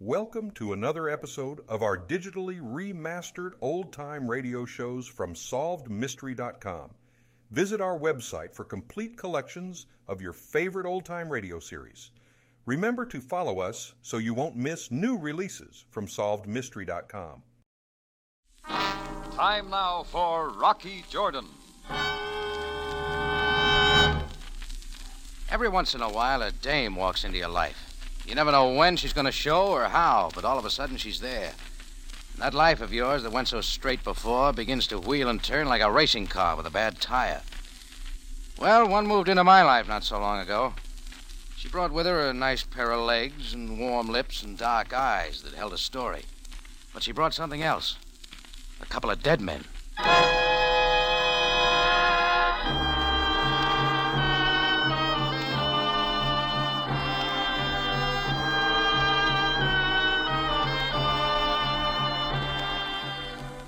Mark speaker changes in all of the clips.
Speaker 1: Welcome to another episode of our digitally remastered old time radio shows from SolvedMystery.com. Visit our website for complete collections of your favorite old time radio series. Remember to follow us so you won't miss new releases from SolvedMystery.com.
Speaker 2: Time now for Rocky Jordan.
Speaker 3: Every once in a while, a dame walks into your life. You never know when she's going to show or how, but all of a sudden she's there. And that life of yours that went so straight before begins to wheel and turn like a racing car with a bad tire. Well, one moved into my life not so long ago. She brought with her a nice pair of legs and warm lips and dark eyes that held a story. But she brought something else a couple of dead men.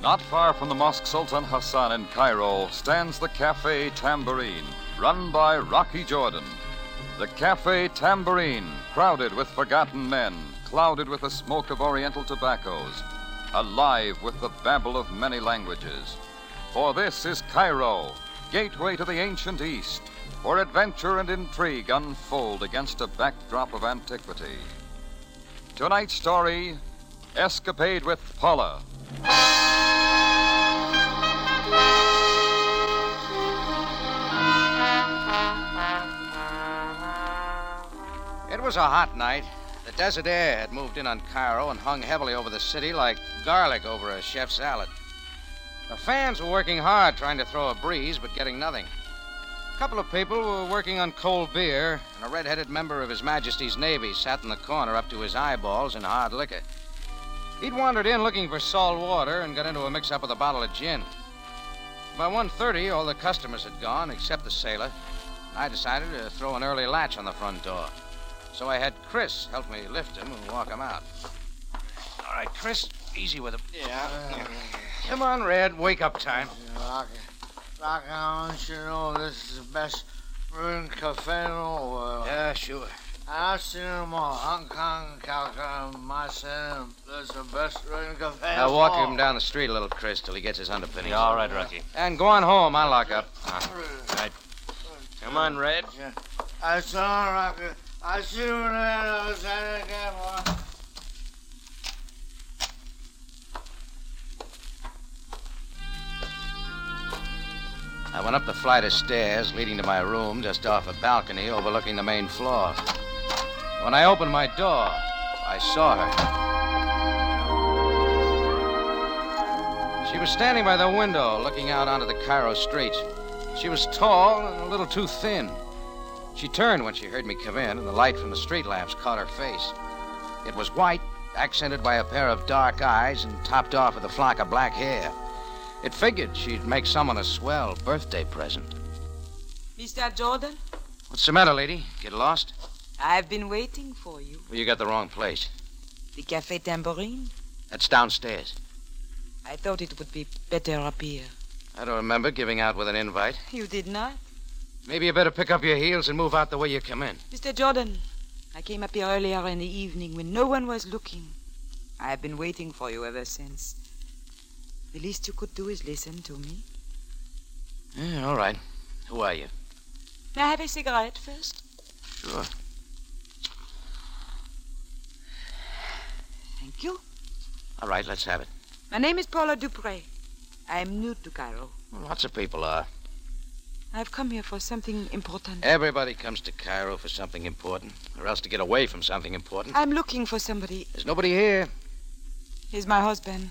Speaker 2: Not far from the Mosque Sultan Hassan in Cairo stands the Cafe Tambourine, run by Rocky Jordan. The Cafe Tambourine, crowded with forgotten men, clouded with the smoke of Oriental tobaccos, alive with the babble of many languages. For this is Cairo, gateway to the ancient East, where adventure and intrigue unfold against a backdrop of antiquity. Tonight's story Escapade with Paula.
Speaker 3: It was a hot night. The desert air had moved in on Cairo and hung heavily over the city like garlic over a chef's salad. The fans were working hard trying to throw a breeze, but getting nothing. A couple of people were working on cold beer, and a red-headed member of His Majesty's Navy sat in the corner up to his eyeballs in hard liquor. He'd wandered in looking for salt water and got into a mix-up with a bottle of gin. By 1.30, all the customers had gone except the sailor. I decided to throw an early latch on the front door. So I had Chris help me lift him and walk him out. All right, Chris, easy with him.
Speaker 4: Yeah.
Speaker 3: Come on, Red, wake up time.
Speaker 4: Rock, Rock, I want you to know this is the best room cafe in the world.
Speaker 3: Yeah, sure.
Speaker 4: I've seen them all. Hong Kong, Calcutta, Marseille. This is the best room cafe
Speaker 3: Now walk him down the street a little, Chris, till he gets his underpinnings.
Speaker 5: all right, Rocky.
Speaker 3: And go on home. I'll lock up.
Speaker 5: Come on, Red.
Speaker 4: I saw Rocky. I see him there. I was at again. boy.
Speaker 3: I went up the flight of stairs leading to my room just off a balcony overlooking the main floor. When I opened my door, I saw her. She was standing by the window looking out onto the Cairo street. She was tall and a little too thin. She turned when she heard me come in, and the light from the street lamps caught her face. It was white, accented by a pair of dark eyes, and topped off with a flock of black hair. It figured she'd make someone a swell birthday present.
Speaker 6: Mr. Jordan,
Speaker 3: What's the matter, lady? Get lost?
Speaker 6: I've been waiting for you.
Speaker 3: Well, you got the wrong place.
Speaker 6: The Cafe Tambourine?
Speaker 3: That's downstairs.
Speaker 6: I thought it would be better up here.
Speaker 3: I don't remember giving out with an invite.
Speaker 6: You did not?
Speaker 3: Maybe you better pick up your heels and move out the way you come in.
Speaker 6: Mr. Jordan, I came up here earlier in the evening when no one was looking. I have been waiting for you ever since. The least you could do is listen to me.
Speaker 3: Yeah, all right. Who are you?
Speaker 6: May I have a cigarette first?
Speaker 3: Sure.
Speaker 6: Thank you.
Speaker 3: All right, let's have it.
Speaker 6: My name is Paula Dupre. I am new to Cairo.
Speaker 3: Well, lots of people are.
Speaker 6: I've come here for something important.
Speaker 3: Everybody comes to Cairo for something important, or else to get away from something important.
Speaker 6: I'm looking for somebody.
Speaker 3: There's nobody here.
Speaker 6: He's my husband.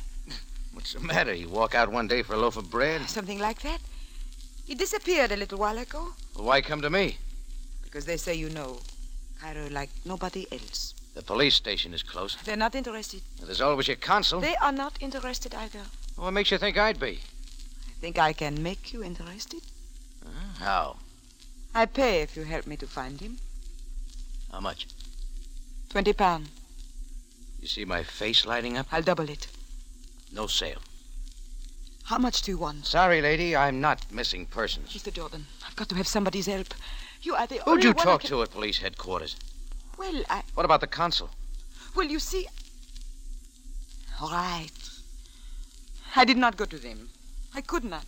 Speaker 3: What's the matter? You walk out one day for a loaf of bread?
Speaker 6: Something like that. He disappeared a little while ago.
Speaker 3: Well, why come to me?
Speaker 6: Because they say you know Cairo like nobody else.
Speaker 3: The police station is close.
Speaker 6: They're not interested.
Speaker 3: There's always your consul.
Speaker 6: They are not interested either.
Speaker 3: What makes you think I'd be?
Speaker 6: I think I can make you interested.
Speaker 3: How?
Speaker 6: I pay if you help me to find him.
Speaker 3: How much?
Speaker 6: Twenty pounds.
Speaker 3: You see my face lighting up?
Speaker 6: I'll double it.
Speaker 3: No sale.
Speaker 6: How much do you want?
Speaker 3: Sorry, lady, I'm not missing persons.
Speaker 6: Mr. Jordan, I've got to have somebody's help. You are the
Speaker 3: Who'd
Speaker 6: only
Speaker 3: you
Speaker 6: one I
Speaker 3: talk
Speaker 6: can-
Speaker 3: to at police headquarters?
Speaker 6: Well, I.
Speaker 3: What about the consul?
Speaker 6: Well, you see, All right. I did not go to them. I could not.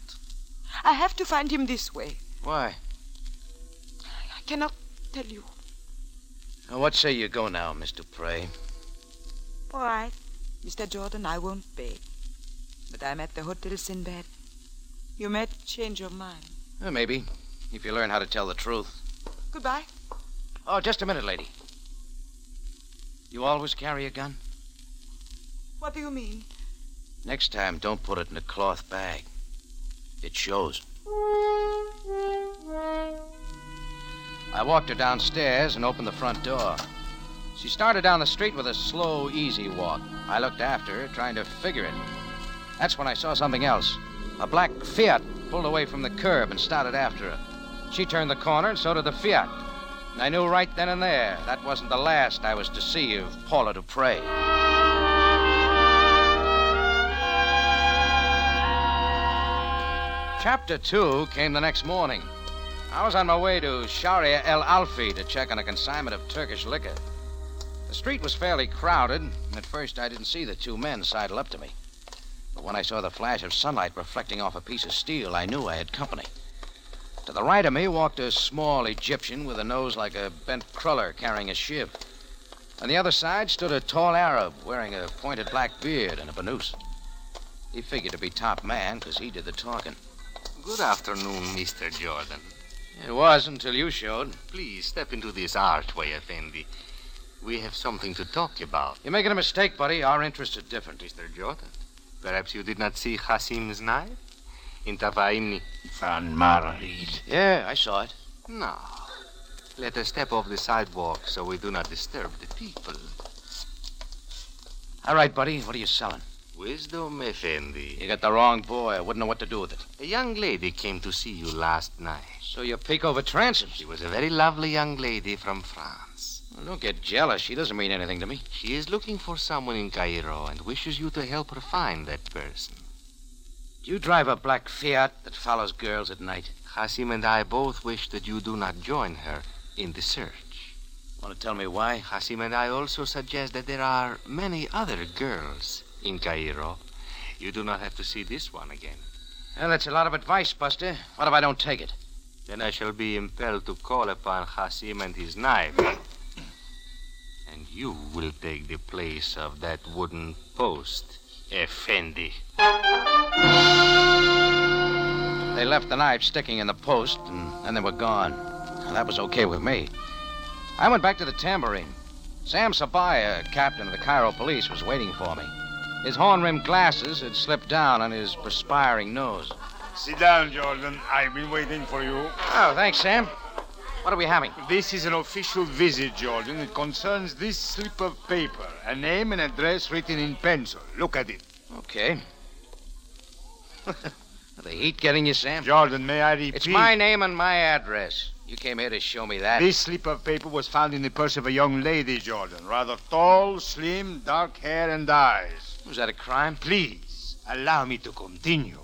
Speaker 6: I have to find him this way.
Speaker 3: Why?
Speaker 6: I cannot tell you.
Speaker 3: Now, what say you go now, Miss Dupre?
Speaker 6: All right. Mr. Jordan, I won't beg. But I'm at the Hotel Sinbad. You may change your mind.
Speaker 3: Uh, maybe, if you learn how to tell the truth.
Speaker 6: Goodbye.
Speaker 3: Oh, just a minute, lady. You always carry a gun?
Speaker 6: What do you mean?
Speaker 3: Next time, don't put it in a cloth bag. It shows. I walked her downstairs and opened the front door. She started down the street with a slow, easy walk. I looked after her, trying to figure it. That's when I saw something else. A black Fiat pulled away from the curb and started after her. She turned the corner, and so did the Fiat. And I knew right then and there that wasn't the last I was to see of Paula Dupre. Chapter 2 came the next morning. I was on my way to Sharia El Alfi to check on a consignment of Turkish liquor. The street was fairly crowded, and at first I didn't see the two men sidle up to me. But when I saw the flash of sunlight reflecting off a piece of steel, I knew I had company. To the right of me walked a small Egyptian with a nose like a bent cruller carrying a shiv. On the other side stood a tall Arab wearing a pointed black beard and a banoose. He figured to be top man because he did the talking.
Speaker 7: Good afternoon, Mr. Jordan.
Speaker 3: It was until you showed.
Speaker 7: Please step into this archway, Effendi. We have something to talk about,
Speaker 3: You're making a mistake, buddy. Our interests are different.
Speaker 7: Mr. Jordan. Perhaps you did not see Hassim's knife? In Tafaini. San Margarit.
Speaker 3: Yeah, I saw it.
Speaker 7: No. Let us step off the sidewalk so we do not disturb the people.
Speaker 3: All right, buddy. What are you selling?
Speaker 7: Wisdom, Effendi.
Speaker 3: You got the wrong boy. I wouldn't know what to do with it.
Speaker 7: A young lady came to see you last night.
Speaker 3: So you peek over transoms.
Speaker 7: She was a very lovely young lady from France.
Speaker 3: Well, don't get jealous. She doesn't mean anything to me.
Speaker 7: She is looking for someone in Cairo and wishes you to help her find that person.
Speaker 3: Do you drive a black Fiat that follows girls at night?
Speaker 7: Hassim and I both wish that you do not join her in the search.
Speaker 3: Want to tell me why?
Speaker 7: Hassim and I also suggest that there are many other girls in Cairo. You do not have to see this one again.
Speaker 3: Well, that's a lot of advice, Buster. What if I don't take it?
Speaker 7: Then I shall be impelled to call upon Hassim and his knife. And you will take the place of that wooden post, Effendi.
Speaker 3: They left the knife sticking in the post, and then they were gone. Well, that was okay with me. I went back to the tambourine. Sam Sabaya, captain of the Cairo police, was waiting for me. His horn rimmed glasses had slipped down on his perspiring nose.
Speaker 8: Sit down, Jordan. I've been waiting for you.
Speaker 3: Oh, thanks, Sam. What are we having?
Speaker 8: This is an official visit, Jordan. It concerns this slip of paper, a name and address written in pencil. Look at it.
Speaker 3: Okay. the heat getting you, Sam?
Speaker 8: Jordan, may I repeat?
Speaker 3: It's my name and my address. You came here to show me that.
Speaker 8: This slip of paper was found in the purse of a young lady, Jordan. Rather tall, slim, dark hair and eyes.
Speaker 3: Was that a crime?
Speaker 8: Please, allow me to continue.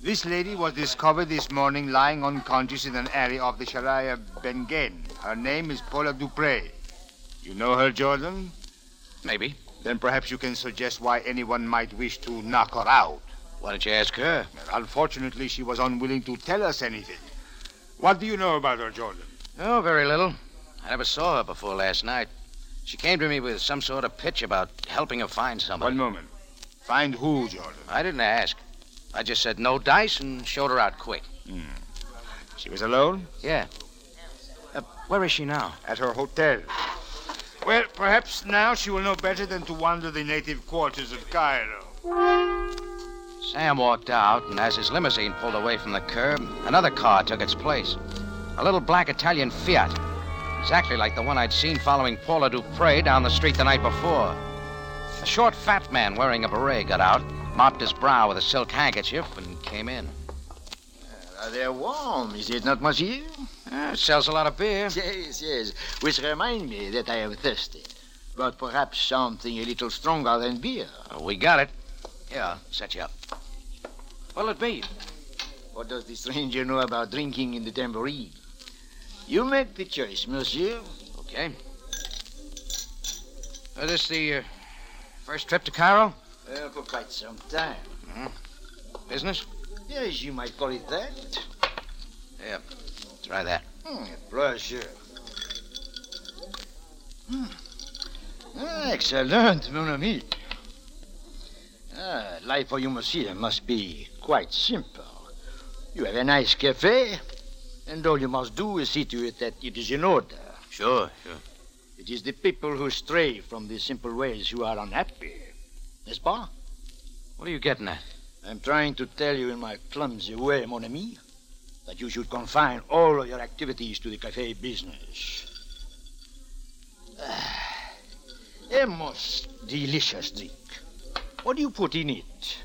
Speaker 8: This lady was discovered this morning lying unconscious in an alley off the Sharia Bengen. Her name is Paula Dupre. You know her, Jordan?
Speaker 3: Maybe.
Speaker 8: Then perhaps you can suggest why anyone might wish to knock her out.
Speaker 3: Why don't you ask her?
Speaker 8: Unfortunately, she was unwilling to tell us anything. What do you know about her, Jordan?
Speaker 3: Oh, very little. I never saw her before last night. She came to me with some sort of pitch about helping her find somebody.
Speaker 8: One moment. Find who, Jordan?
Speaker 3: I didn't ask. I just said no dice and showed her out quick.
Speaker 8: She was alone?
Speaker 3: Yeah. Uh, where is she now?
Speaker 8: At her hotel. Well, perhaps now she will know better than to wander the native quarters of Cairo.
Speaker 3: Sam walked out, and as his limousine pulled away from the curb, another car took its place. A little black Italian Fiat. Exactly like the one I'd seen following Paula Dupre down the street the night before. A short, fat man wearing a beret got out, mopped his brow with a silk handkerchief, and came in.
Speaker 4: Uh, they're warm. Is it not, monsieur?
Speaker 3: Uh, sells a lot of beer.
Speaker 4: Yes, yes. Which remind me that I am thirsty. But perhaps something a little stronger than beer.
Speaker 3: Uh, We got it. Yeah, set you up. What'll it be?
Speaker 4: What does the stranger know about drinking in the tambourine? You make the choice, monsieur.
Speaker 3: Okay. Uh, this the uh, first trip to Cairo?
Speaker 4: Uh, for quite some time.
Speaker 3: Mm-hmm. Business?
Speaker 4: Yes, you might call it that.
Speaker 3: Yeah. Try that.
Speaker 4: Hmm, a pleasure. Hmm. Ah, Excellent, mon ami. Ah, life for you, monsieur, must be quite simple. You have a nice cafe, and all you must do is see to it that it is in order.
Speaker 7: Sure, sure.
Speaker 4: It is the people who stray from the simple ways who are unhappy. N'est-ce pas?
Speaker 7: What are you getting at?
Speaker 4: I'm trying to tell you in my clumsy way, mon ami, that you should confine all of your activities to the cafe business. Ah, a most delicious drink. What do you put in it?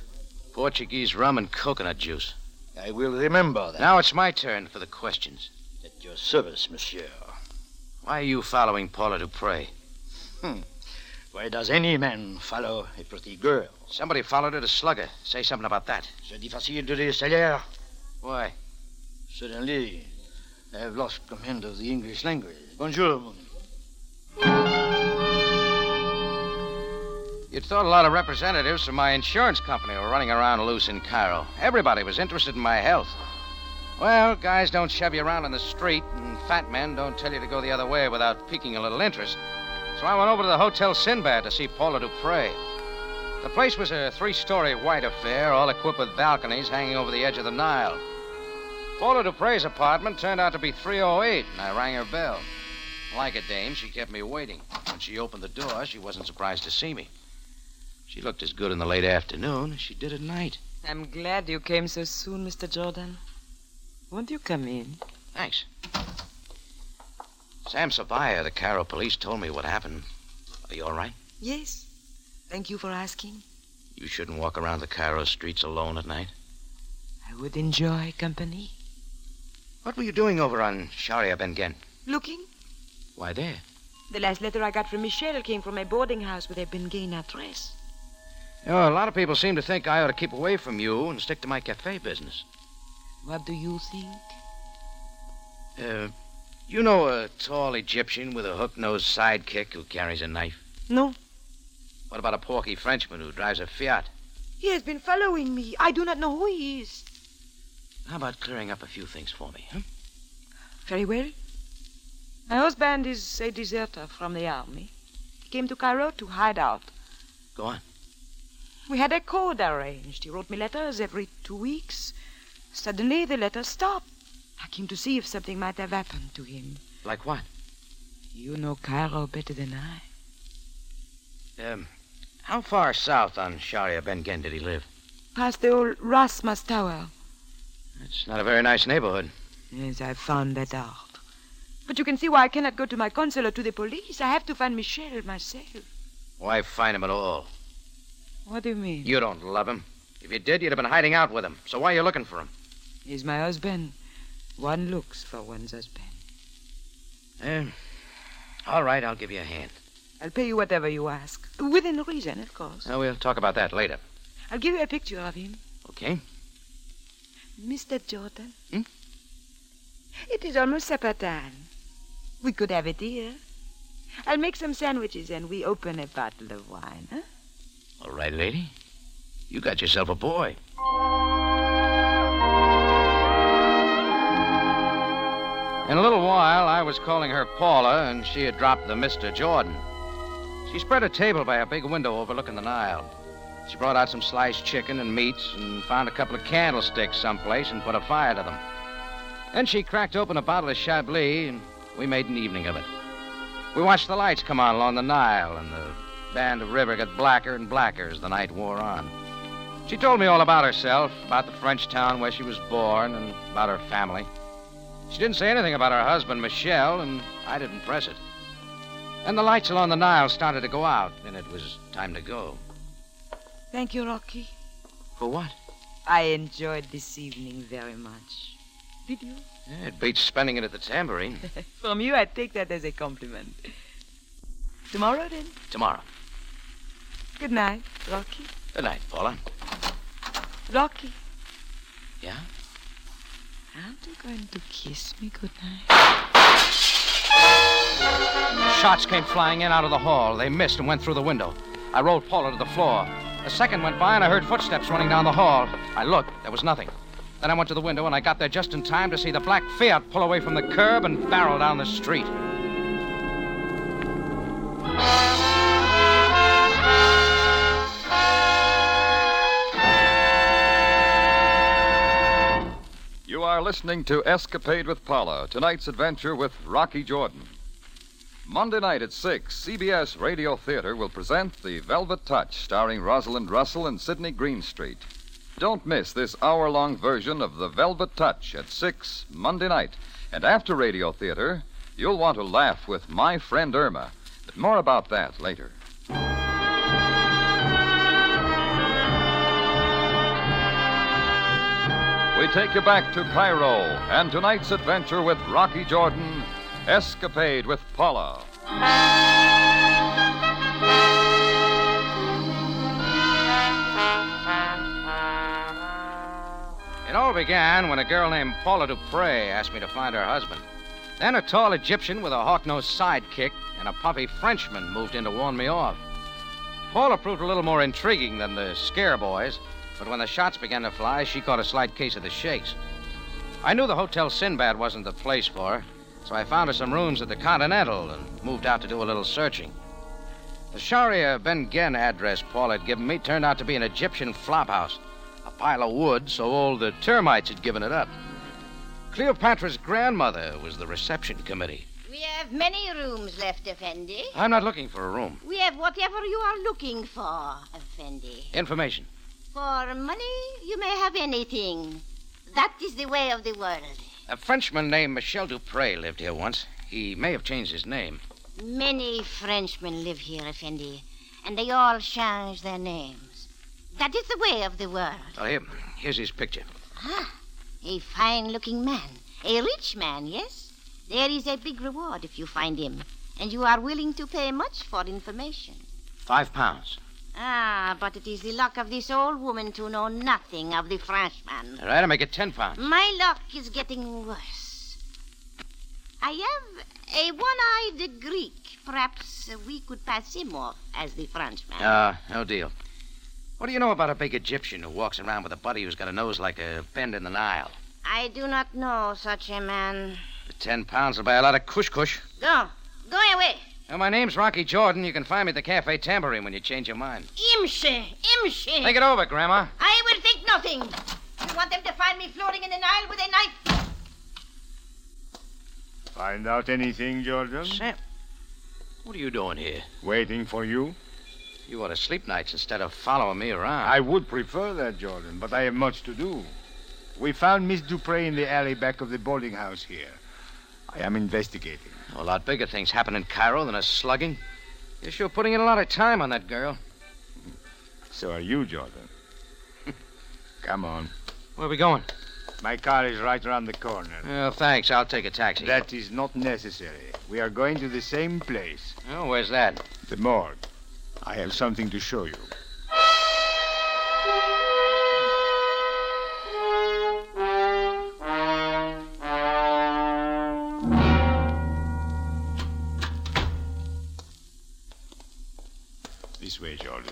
Speaker 7: Portuguese rum and coconut juice.
Speaker 4: I will remember that.
Speaker 7: Now it's my turn for the questions.
Speaker 4: At your service, monsieur.
Speaker 7: Why are you following Paula Dupre?
Speaker 4: Why does any man follow a pretty girl?
Speaker 7: Somebody followed her to slug her. Say something about that.
Speaker 4: C'est difficile de les salaires.
Speaker 7: Why?
Speaker 4: Suddenly, I have lost command of the English language. Bonjour, mon
Speaker 3: You'd thought a lot of representatives from my insurance company were running around loose in Cairo. Everybody was interested in my health. Well, guys don't shove you around on the street, and fat men don't tell you to go the other way without piquing a little interest. So I went over to the Hotel Sinbad to see Paula Dupre. The place was a three story white affair, all equipped with balconies hanging over the edge of the Nile. Paula Dupre's apartment turned out to be 308, and I rang her bell. Like a dame, she kept me waiting. When she opened the door, she wasn't surprised to see me. She looked as good in the late afternoon as she did at night.
Speaker 6: I'm glad you came so soon, Mr. Jordan. Won't you come in?
Speaker 3: Thanks. Sam Sabaya, the Cairo police, told me what happened. Are you all right?
Speaker 6: Yes. Thank you for asking.
Speaker 7: You shouldn't walk around the Cairo streets alone at night.
Speaker 6: I would enjoy company.
Speaker 7: What were you doing over on Sharia Ben Gen?
Speaker 6: Looking?
Speaker 7: Why there?
Speaker 6: The last letter I got from Michelle came from a boarding house with a Bengay
Speaker 7: You
Speaker 6: address.
Speaker 7: know, Oh, a lot of people seem to think I ought to keep away from you and stick to my cafe business.
Speaker 6: What do you think?
Speaker 7: Uh, you know a tall Egyptian with a hook-nosed sidekick who carries a knife?
Speaker 6: No.
Speaker 7: What about a porky Frenchman who drives a Fiat?
Speaker 6: He has been following me. I do not know who he is.
Speaker 7: How about clearing up a few things for me, huh?
Speaker 6: Very well. My husband is a deserter from the army. He came to Cairo to hide out.
Speaker 7: Go on.
Speaker 6: We had a code arranged. He wrote me letters every two weeks. Suddenly, the letters stopped. I came to see if something might have happened to him.
Speaker 7: Like what?
Speaker 6: You know Cairo better than I.
Speaker 7: Um, how far south on Sharia Ben Gen did he live?
Speaker 6: Past the old Rasmus Tower.
Speaker 7: It's not a very nice neighborhood.
Speaker 6: Yes, I found that out. But you can see why I cannot go to my consul or to the police. I have to find Michel myself.
Speaker 7: Why find him at all?
Speaker 6: What do you mean?
Speaker 7: You don't love him. If you did, you'd have been hiding out with him. So why are you looking for him?
Speaker 6: He's my husband. One looks for one's husband.
Speaker 7: Eh, all right, I'll give you a hand.
Speaker 6: I'll pay you whatever you ask. Within reason, of course.
Speaker 7: Uh, we'll talk about that later.
Speaker 6: I'll give you a picture of him.
Speaker 7: Okay.
Speaker 6: Mr. Jordan?
Speaker 7: Hmm?
Speaker 6: It is almost supper time. We could have it here. I'll make some sandwiches and we open a bottle of wine, huh?
Speaker 7: All right, lady. You got yourself a boy.
Speaker 3: In a little while, I was calling her Paula, and she had dropped the Mr. Jordan. She spread a table by a big window overlooking the Nile. She brought out some sliced chicken and meats and found a couple of candlesticks someplace and put a fire to them. Then she cracked open a bottle of Chablis, and we made an evening of it. We watched the lights come on along the Nile, and the band of river got blacker and blacker as the night wore on. She told me all about herself, about the French town where she was born, and about her family. She didn't say anything about her husband, Michel, and I didn't press it. Then the lights along the Nile started to go out, and it was time to go.
Speaker 6: Thank you, Rocky.
Speaker 7: For what?
Speaker 6: I enjoyed this evening very much. Did you?
Speaker 7: Yeah, it beats spending it at the tambourine.
Speaker 6: From you, I take that as a compliment. Tomorrow, then.
Speaker 7: Tomorrow.
Speaker 6: Good night, Rocky.
Speaker 7: Good night, Paula.
Speaker 6: Rocky.
Speaker 7: Yeah?
Speaker 6: Aren't you going to kiss me good night?
Speaker 3: Shots came flying in out of the hall. They missed and went through the window. I rolled Paula to the floor. A second went by, and I heard footsteps running down the hall. I looked. There was nothing. Then I went to the window, and I got there just in time to see the black Fiat pull away from the curb and barrel down the street.
Speaker 2: You are listening to Escapade with Paula, tonight's adventure with Rocky Jordan. Monday night at 6, CBS Radio Theater will present The Velvet Touch, starring Rosalind Russell and Sidney Greenstreet. Don't miss this hour long version of The Velvet Touch at 6, Monday night. And after Radio Theater, you'll want to laugh with my friend Irma. But more about that later. We take you back to Cairo and tonight's adventure with Rocky Jordan, Escapade with Paula.
Speaker 3: It all began when a girl named Paula Dupre asked me to find her husband. Then a tall Egyptian with a hawk nosed sidekick and a puffy Frenchman moved in to warn me off. Paula proved a little more intriguing than the scare boys, but when the shots began to fly, she caught a slight case of the shakes. I knew the Hotel Sinbad wasn't the place for her, so I found her some rooms at the Continental and moved out to do a little searching. The Sharia Ben Gen address Paul had given me turned out to be an Egyptian flophouse, a pile of wood so old the termites had given it up. Cleopatra's grandmother was the reception committee.
Speaker 9: We have many rooms left, Effendi.
Speaker 3: I'm not looking for a room.
Speaker 9: We have whatever you are looking for, Effendi.
Speaker 3: Information.
Speaker 9: For money, you may have anything. That is the way of the world.
Speaker 3: A Frenchman named Michel Dupre lived here once. He may have changed his name.
Speaker 9: Many Frenchmen live here, Effendi, and they all change their names. That is the way of the world.
Speaker 3: Well, Oh, here, here's his picture.
Speaker 9: Ah, a fine looking man. A rich man, yes? There is a big reward if you find him, and you are willing to pay much for information.
Speaker 3: Five pounds.
Speaker 9: Ah, but it is the luck of this old woman to know nothing of the Frenchman.
Speaker 3: All right, I make it ten pounds.
Speaker 9: My luck is getting worse. I have a one eyed Greek. Perhaps we could pass him off as the Frenchman.
Speaker 3: Ah, no deal. What do you know about a big Egyptian who walks around with a buddy who's got a nose like a bend in the Nile?
Speaker 9: I do not know such a man.
Speaker 3: The ten pounds will buy a lot of kush kush.
Speaker 9: Go. Go away.
Speaker 3: Now, my name's Rocky Jordan. You can find me at the Cafe Tambourine when you change your mind.
Speaker 9: Imshi. Imshi.
Speaker 3: Think it over, Grandma.
Speaker 9: I will think nothing. You want them to find me floating in the Nile with a knife?
Speaker 8: Find out anything, Jordan?
Speaker 3: Sam, what are you doing here?
Speaker 8: Waiting for you?
Speaker 3: You ought to sleep nights instead of following me around.
Speaker 8: I would prefer that, Jordan, but I have much to do. We found Miss Dupre in the alley back of the boarding house here. I am investigating.
Speaker 3: A lot bigger things happen in Cairo than a slugging. You're sure putting in a lot of time on that girl.
Speaker 8: So are you, Jordan. Come on.
Speaker 3: Where are we going?
Speaker 8: My car is right around the corner.
Speaker 3: Oh, thanks. I'll take a taxi.
Speaker 8: That is not necessary. We are going to the same place,
Speaker 3: Oh, where's that?
Speaker 8: the morgue. I have something to show you. This way, Jordan.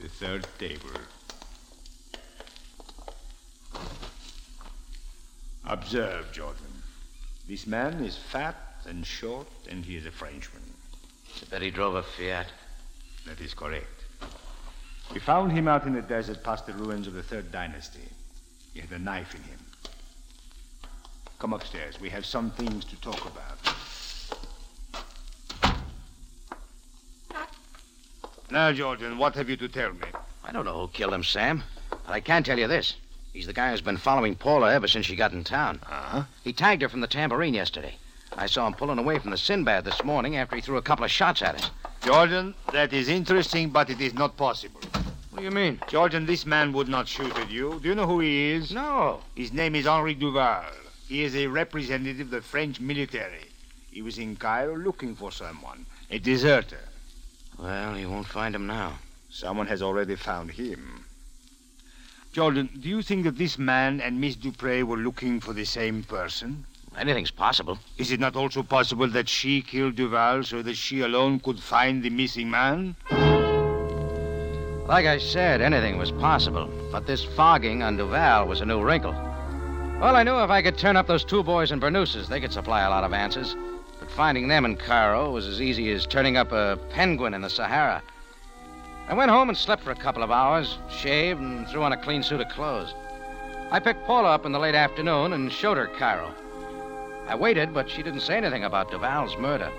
Speaker 8: The third table. Observe, Jordan. This man is fat and short, and he is a Frenchman.
Speaker 3: I bet he drove a Fiat.
Speaker 8: That is correct. We found him out in the desert past the ruins of the Third Dynasty. He had a knife in him. Come upstairs. We have some things to talk about. Now, Jordan, what have you to tell me?
Speaker 3: I don't know who killed him, Sam. But I can tell you this. He's the guy who's been following Paula ever since she got in town.
Speaker 8: Uh-huh.
Speaker 3: He tagged her from the tambourine yesterday. I saw him pulling away from the Sinbad this morning after he threw a couple of shots at us.
Speaker 8: Jordan, that is interesting, but it is not possible.
Speaker 3: What do you mean?
Speaker 8: Jordan, this man would not shoot at you. Do you know who he is?
Speaker 3: No.
Speaker 8: His name is Henri Duval. He is a representative of the French military. He was in Cairo looking for someone, a deserter.
Speaker 3: Well, you won't find him now.
Speaker 8: Someone has already found him. Jordan, do you think that this man and Miss Dupre were looking for the same person? Anything's possible. Is it not also possible that she killed Duval so that she alone could find the missing man?
Speaker 3: Like I said, anything was possible, but this fogging on Duval was a new wrinkle. Well, I knew if I could turn up those two boys in Bernuses, they could supply a lot of answers. But finding them in Cairo was as easy as turning up a penguin in the Sahara. I went home and slept for a couple of hours, shaved, and threw on a clean suit of clothes. I picked Paula up in the late afternoon and showed her Cairo. I waited, but she didn't say anything about Duval's murder.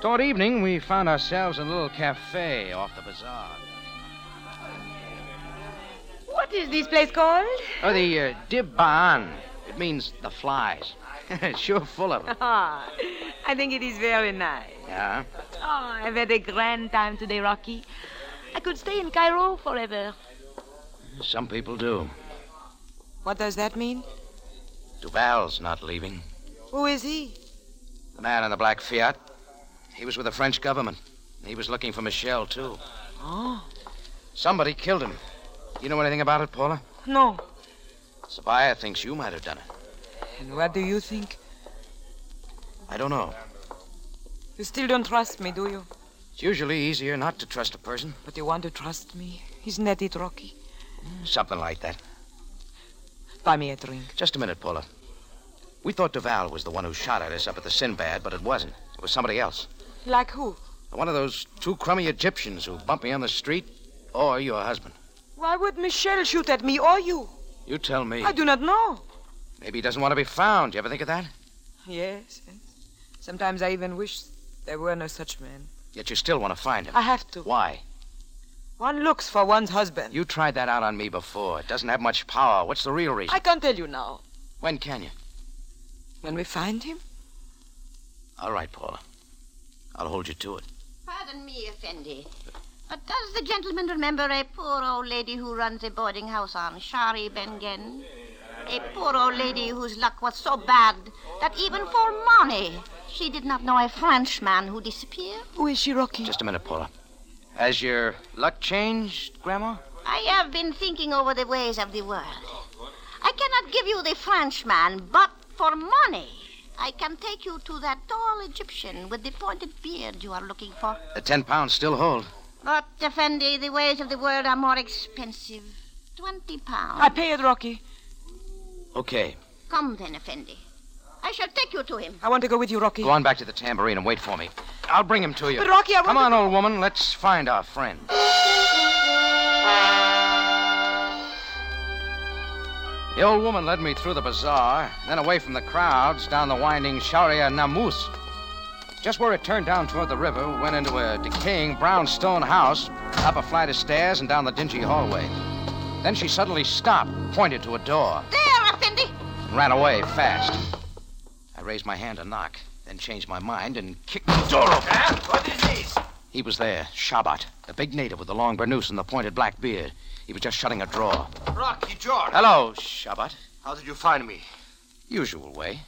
Speaker 3: Toward evening, we found ourselves in a little cafe off the bazaar.
Speaker 10: What is this place called?
Speaker 3: Oh, the uh, Dibban. It means the flies. sure full of them.
Speaker 10: Ah, I think it is very nice.
Speaker 3: Yeah.
Speaker 10: Oh, I've had a grand time today, Rocky. I could stay in Cairo forever.
Speaker 3: Some people do.
Speaker 6: What does that mean?
Speaker 3: Duval's not leaving.
Speaker 6: Who is he?
Speaker 3: The man in the black Fiat. He was with the French government. He was looking for Michel, too.
Speaker 6: Oh.
Speaker 10: Ah,
Speaker 3: Somebody killed him. You know anything about it, Paula?
Speaker 6: No.
Speaker 3: Sabaya thinks you might have done it.
Speaker 6: And what do you think?
Speaker 3: I don't know.
Speaker 6: You still don't trust me, do you?
Speaker 3: It's usually easier not to trust a person.
Speaker 6: But you want to trust me. Isn't that it, Rocky?
Speaker 3: Something like that.
Speaker 6: Buy me a drink.
Speaker 3: Just a minute, Paula. We thought Duval was the one who shot at us up at the Sinbad, but it wasn't. It was somebody else.
Speaker 6: Like who?
Speaker 3: One of those two crummy Egyptians who bump me on the street, or your husband.
Speaker 6: Why would Michel shoot at me or you?
Speaker 3: You tell me.
Speaker 6: I do not know.
Speaker 3: Maybe he doesn't want to be found. You ever think of that?
Speaker 6: Yes. yes. Sometimes I even wish there were no such man.
Speaker 3: Yet you still want to find him.
Speaker 6: I have to.
Speaker 3: Why?
Speaker 6: One looks for one's husband.
Speaker 3: You tried that out on me before. It doesn't have much power. What's the real reason?
Speaker 6: I can't tell you now.
Speaker 3: When can you?
Speaker 6: When we find him?
Speaker 3: All right, Paula. I'll hold you to it.
Speaker 9: Pardon me, Effendi. But does the gentleman remember a poor old lady who runs a boarding house on Shari Bengen? A poor old lady whose luck was so bad that even for money she did not know a Frenchman who disappeared.
Speaker 6: Who is she, Rocky?
Speaker 3: Just a minute, Paula. Has your luck changed, Grandma?
Speaker 9: I have been thinking over the ways of the world. I cannot give you the Frenchman, but for money, I can take you to that tall Egyptian with the pointed beard you are looking for.
Speaker 3: The ten pounds still hold.
Speaker 9: But, Effendi, the ways of the world are more expensive. Twenty pounds.
Speaker 6: I pay it, Rocky.
Speaker 3: Okay.
Speaker 9: Come then, Effendi. I shall take you to him.
Speaker 6: I want to go with you, Rocky.
Speaker 3: Go on back to the tambourine and wait for me. I'll bring him to you.
Speaker 6: But, Rocky, I
Speaker 3: Come on,
Speaker 6: want to...
Speaker 3: old woman. Let's find our friend. The old woman led me through the bazaar, then away from the crowds down the winding Sharia Namus. Just where it turned down toward the river, we went into a decaying brownstone house, up a flight of stairs, and down the dingy hallway. Then she suddenly stopped, pointed to a door,
Speaker 9: There, Effendi.
Speaker 3: and ran away fast. I raised my hand to knock, then changed my mind and kicked the door open.
Speaker 5: What is this?
Speaker 3: He was there, Shabat, the big native with the long burnous and the pointed black beard. He was just shutting a drawer.
Speaker 5: Rocky George.
Speaker 3: Hello, Shabat.
Speaker 5: How did you find me?
Speaker 3: Usual way.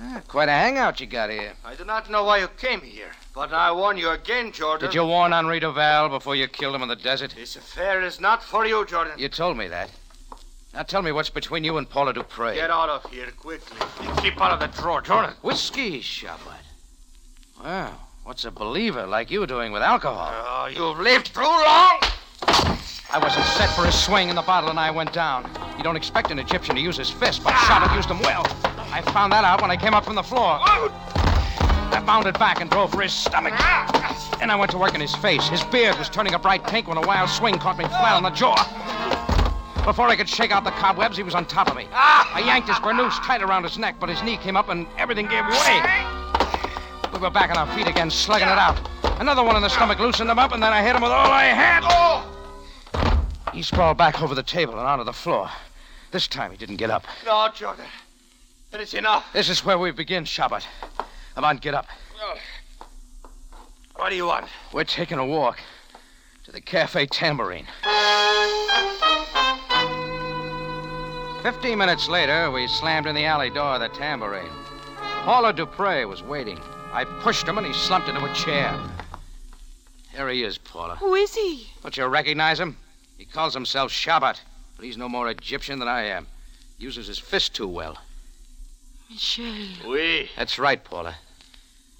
Speaker 3: Ah, quite a hangout you got here.
Speaker 5: I do not know why you came here, but I warn you again, Jordan.
Speaker 3: Did you warn Henri Duval before you killed him in the desert?
Speaker 5: This affair is not for you, Jordan.
Speaker 3: You told me that. Now tell me what's between you and Paula Dupre.
Speaker 5: Get out of here quickly. You keep out of the drawer, Jordan.
Speaker 3: Whiskey, Shabat. Well, what's a believer like you doing with alcohol?
Speaker 5: Oh, you've lived too long.
Speaker 3: I wasn't set for a swing in the bottle and I went down. You don't expect an Egyptian to use his fist, but Shabat used him well. I found that out when I came up from the floor. I bounded back and drove for his stomach. Then I went to work in his face. His beard was turning a bright pink when a wild swing caught me flat on the jaw. Before I could shake out the cobwebs, he was on top of me. I yanked his burnous tight around his neck, but his knee came up and everything gave way. We were back on our feet again, slugging it out. Another one in the stomach loosened him up, and then I hit him with all I had. He sprawled back over the table and onto the floor. This time he didn't get up.
Speaker 5: No, Jordan. That is enough.
Speaker 3: This is where we begin, Shabat. Come on, get up.
Speaker 5: What do you want?
Speaker 3: We're taking a walk to the Cafe Tambourine. Fifteen minutes later, we slammed in the alley door of the Tambourine. Paula Dupre was waiting. I pushed him and he slumped into a chair. Here he is, Paula.
Speaker 6: Who is he?
Speaker 3: Don't you recognize him? He calls himself Shabat, but he's no more Egyptian than I am. Uses his fist too well.
Speaker 6: Michel.
Speaker 5: Oui.
Speaker 3: That's right, Paula.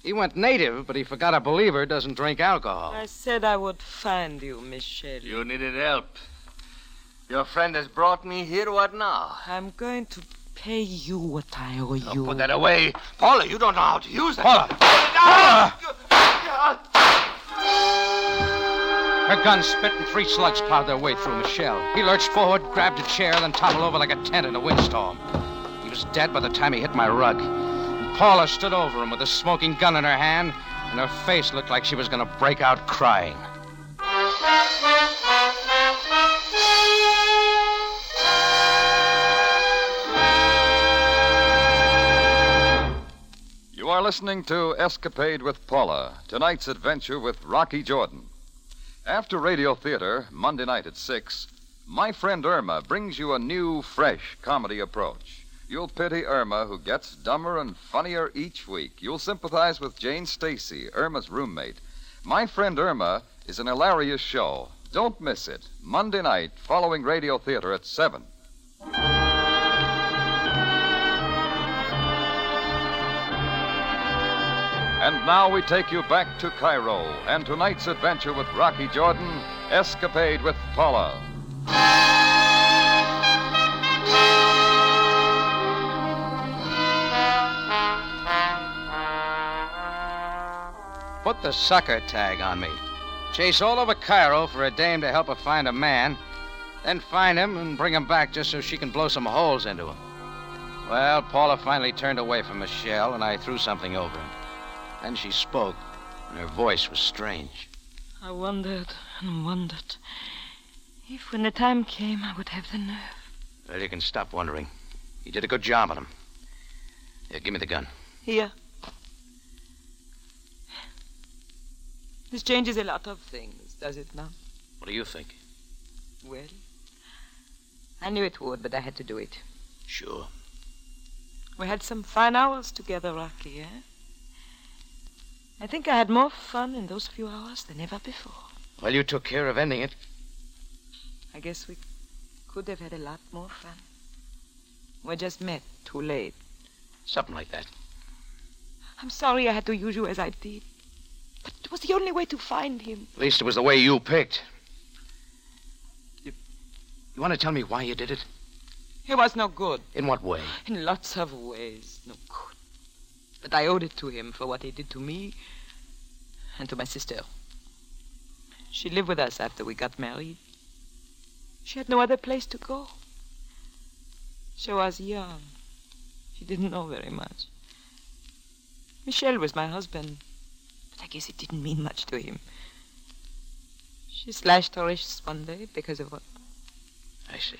Speaker 3: He went native, but he forgot a believer doesn't drink alcohol.
Speaker 6: I said I would find you, Michel.
Speaker 5: You needed help. Your friend has brought me here. What now?
Speaker 6: I'm going to pay you what I owe you.
Speaker 5: Put that away. Paula, you don't know how to use that.
Speaker 3: Paula!
Speaker 5: Ah!
Speaker 3: Her gun spit and three slugs plowed their way through Michelle. He lurched forward, grabbed a chair, then toppled over like a tent in a windstorm. He was dead by the time he hit my rug. And Paula stood over him with a smoking gun in her hand, and her face looked like she was going to break out crying.
Speaker 2: You are listening to Escapade with Paula, tonight's adventure with Rocky Jordan. After Radio Theater, Monday night at 6, my friend Irma brings you a new, fresh comedy approach. You'll pity Irma, who gets dumber and funnier each week. You'll sympathize with Jane Stacy, Irma's roommate. My friend Irma is an hilarious show. Don't miss it. Monday night, following Radio Theater at 7. And now we take you back to Cairo and tonight's adventure with Rocky Jordan, Escapade with Paula.
Speaker 3: Put the sucker tag on me. Chase all over Cairo for a dame to help her find a man, then find him and bring him back just so she can blow some holes into him. Well, Paula finally turned away from Michelle, and I threw something over him. Then she spoke, and her voice was strange.
Speaker 10: I wondered and wondered if, when the time came, I would have the nerve.
Speaker 3: Well, you can stop wondering. You did a good job on him. Here, give me the gun.
Speaker 6: Here. This changes a lot of things, does it not?
Speaker 3: What do you think?
Speaker 6: Well, I knew it would, but I had to do it.
Speaker 3: Sure.
Speaker 6: We had some fine hours together, Rocky, eh? I think I had more fun in those few hours than ever before.
Speaker 3: Well, you took care of ending it.
Speaker 6: I guess we could have had a lot more fun. We just met too late.
Speaker 3: Something like that.
Speaker 6: I'm sorry I had to use you as I did. But it was the only way to find him.
Speaker 3: At least it was the way you picked. You, you want to tell me why you did it?
Speaker 6: He was no good.
Speaker 3: In what way?
Speaker 6: In lots of ways, no good. But I owed it to him for what he did to me and to my sister. She lived with us after we got married. She had no other place to go. She was young. She didn't know very much. Michel was my husband, but I guess it didn't mean much to him. She slashed her wrists one day because of what?
Speaker 3: I see.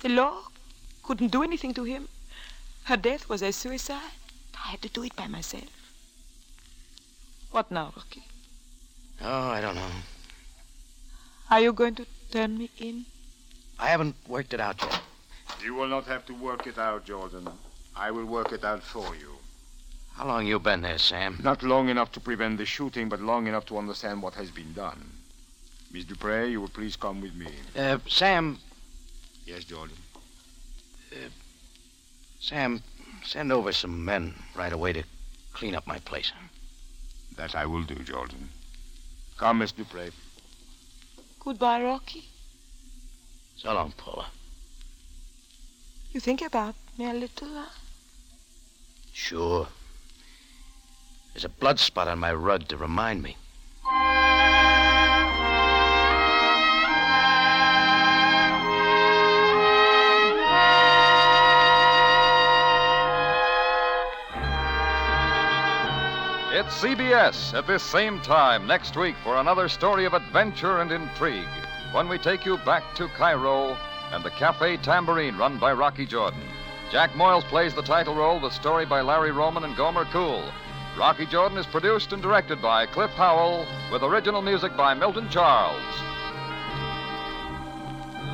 Speaker 6: The law couldn't do anything to him. Her death was a suicide. I had to do it by myself. What now, Rocky?
Speaker 3: Oh, I don't know.
Speaker 6: Are you going to turn me in?
Speaker 3: I haven't worked it out yet.
Speaker 8: You will not have to work it out, Jordan. I will work it out for you.
Speaker 3: How long you been there, Sam?
Speaker 8: Not long enough to prevent the shooting, but long enough to understand what has been done. Miss Dupre, you will please come with me.
Speaker 3: Uh, Sam,
Speaker 8: Yes, Jordan.
Speaker 3: Sam, send over some men right away to clean up my place.
Speaker 8: That I will do, Jordan. Come, Miss Dupre.
Speaker 6: Goodbye, Rocky.
Speaker 3: So long, Paula.
Speaker 6: You think about me a little? huh?
Speaker 3: Sure. There's a blood spot on my rug to remind me.
Speaker 2: It's CBS at this same time next week for another story of adventure and intrigue when we take you back to Cairo and the Cafe Tambourine run by Rocky Jordan. Jack Moyles plays the title role, the story by Larry Roman and Gomer Cool. Rocky Jordan is produced and directed by Cliff Howell with original music by Milton Charles.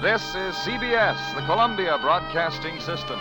Speaker 2: This is CBS, the Columbia Broadcasting System.